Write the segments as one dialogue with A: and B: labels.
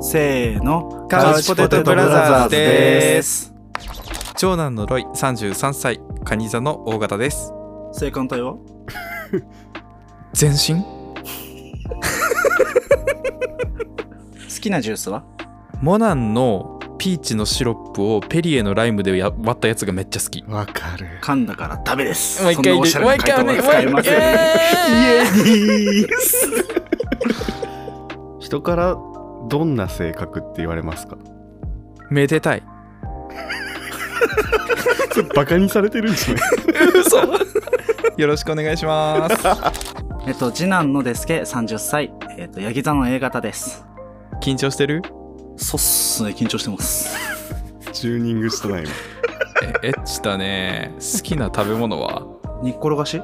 A: せーの
B: カウチポテトブラザーズです長男のロイ33歳カニ座の大型です
A: 性感帯は
B: 全身
A: 好きなジュースは
B: モナンのピーチのシロップをペリエのライムでや割ったやつがめっちゃ好きも
C: わかる。
A: 噛んだからダメです
B: う一
A: そん
B: 回
A: なおしゃれな回答は使えませんイエーイ
C: 人からどんな性格って言われますか
B: めでたい
C: それバカにされてるん じゃない
B: 嘘よろしくお願いします
A: えっと次男のですけ30歳えっとヤギ座の A 型です
B: 緊張してる
A: そうっすね緊張してます
C: チューニングしたな今。
B: えエッチだね好きな食べ物は
A: 煮っころがし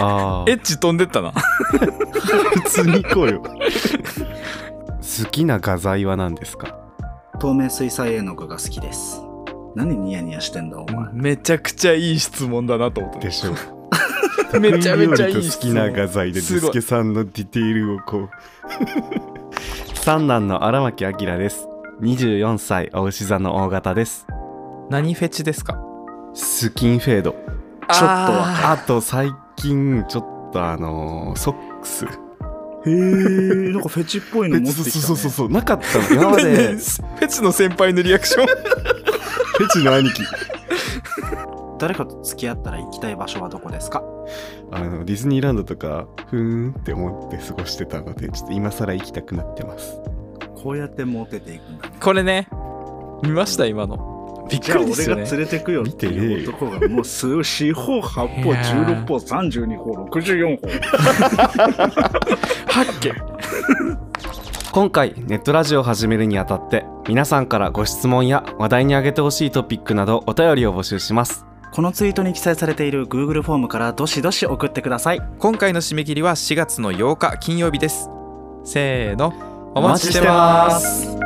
C: あ
B: エッチ飛んでったな
C: 普通に行こうよ。好きな画材は何ですか
A: 透明水彩絵の具が好きです何ニヤニヤしてんだお前
B: めちゃくちゃいい質問だなと思っ
C: でしょう。
B: て めちゃめちゃいい
C: 好
B: 質
C: き
B: 問
C: な画材でデスケさんのディテールをこう 三男の荒牧明です24歳お牛座の大型です
B: 何フェチですかちょ
C: スキンフェード
B: っ
A: とわ
C: あと最近ちょっとあのーソックス
A: へえなんかフェチっぽいの持ってきた、ね、
C: そうそうそうなかったの今
B: 今
C: ま
B: ま
C: で
B: で
C: フ
B: フェチの先輩のリアクション
C: ェチの兄貴
A: 誰かと付き合ったら行きたい場所はどこですか
C: あのディズニーランドとかふーんって思って過ごしてたのでちょっと今更行きたくなってます
A: こうやってモテていくんだね
B: これね見ました今のびっ
A: じ
B: く
A: ゃあ
B: り
A: 俺
B: です
A: が
B: よ
A: 連
B: ね
A: れてくよっていう男がもう数四方八
B: い
A: 方
B: や
A: 十
B: ー
A: 六方三十二方六十四方
B: 発見
C: 今回ネットラジオを始めるにあたって皆さんからご質問や話題に挙げてほしいトピックなどお便りを募集します
A: このツイートに記載されている Google フォームからどしどし送ってください
B: 今回の締め切りは4月の8日金曜日ですせーのお
C: お
B: 待ち
C: 待ち
B: し
C: してて
B: ま
C: ますす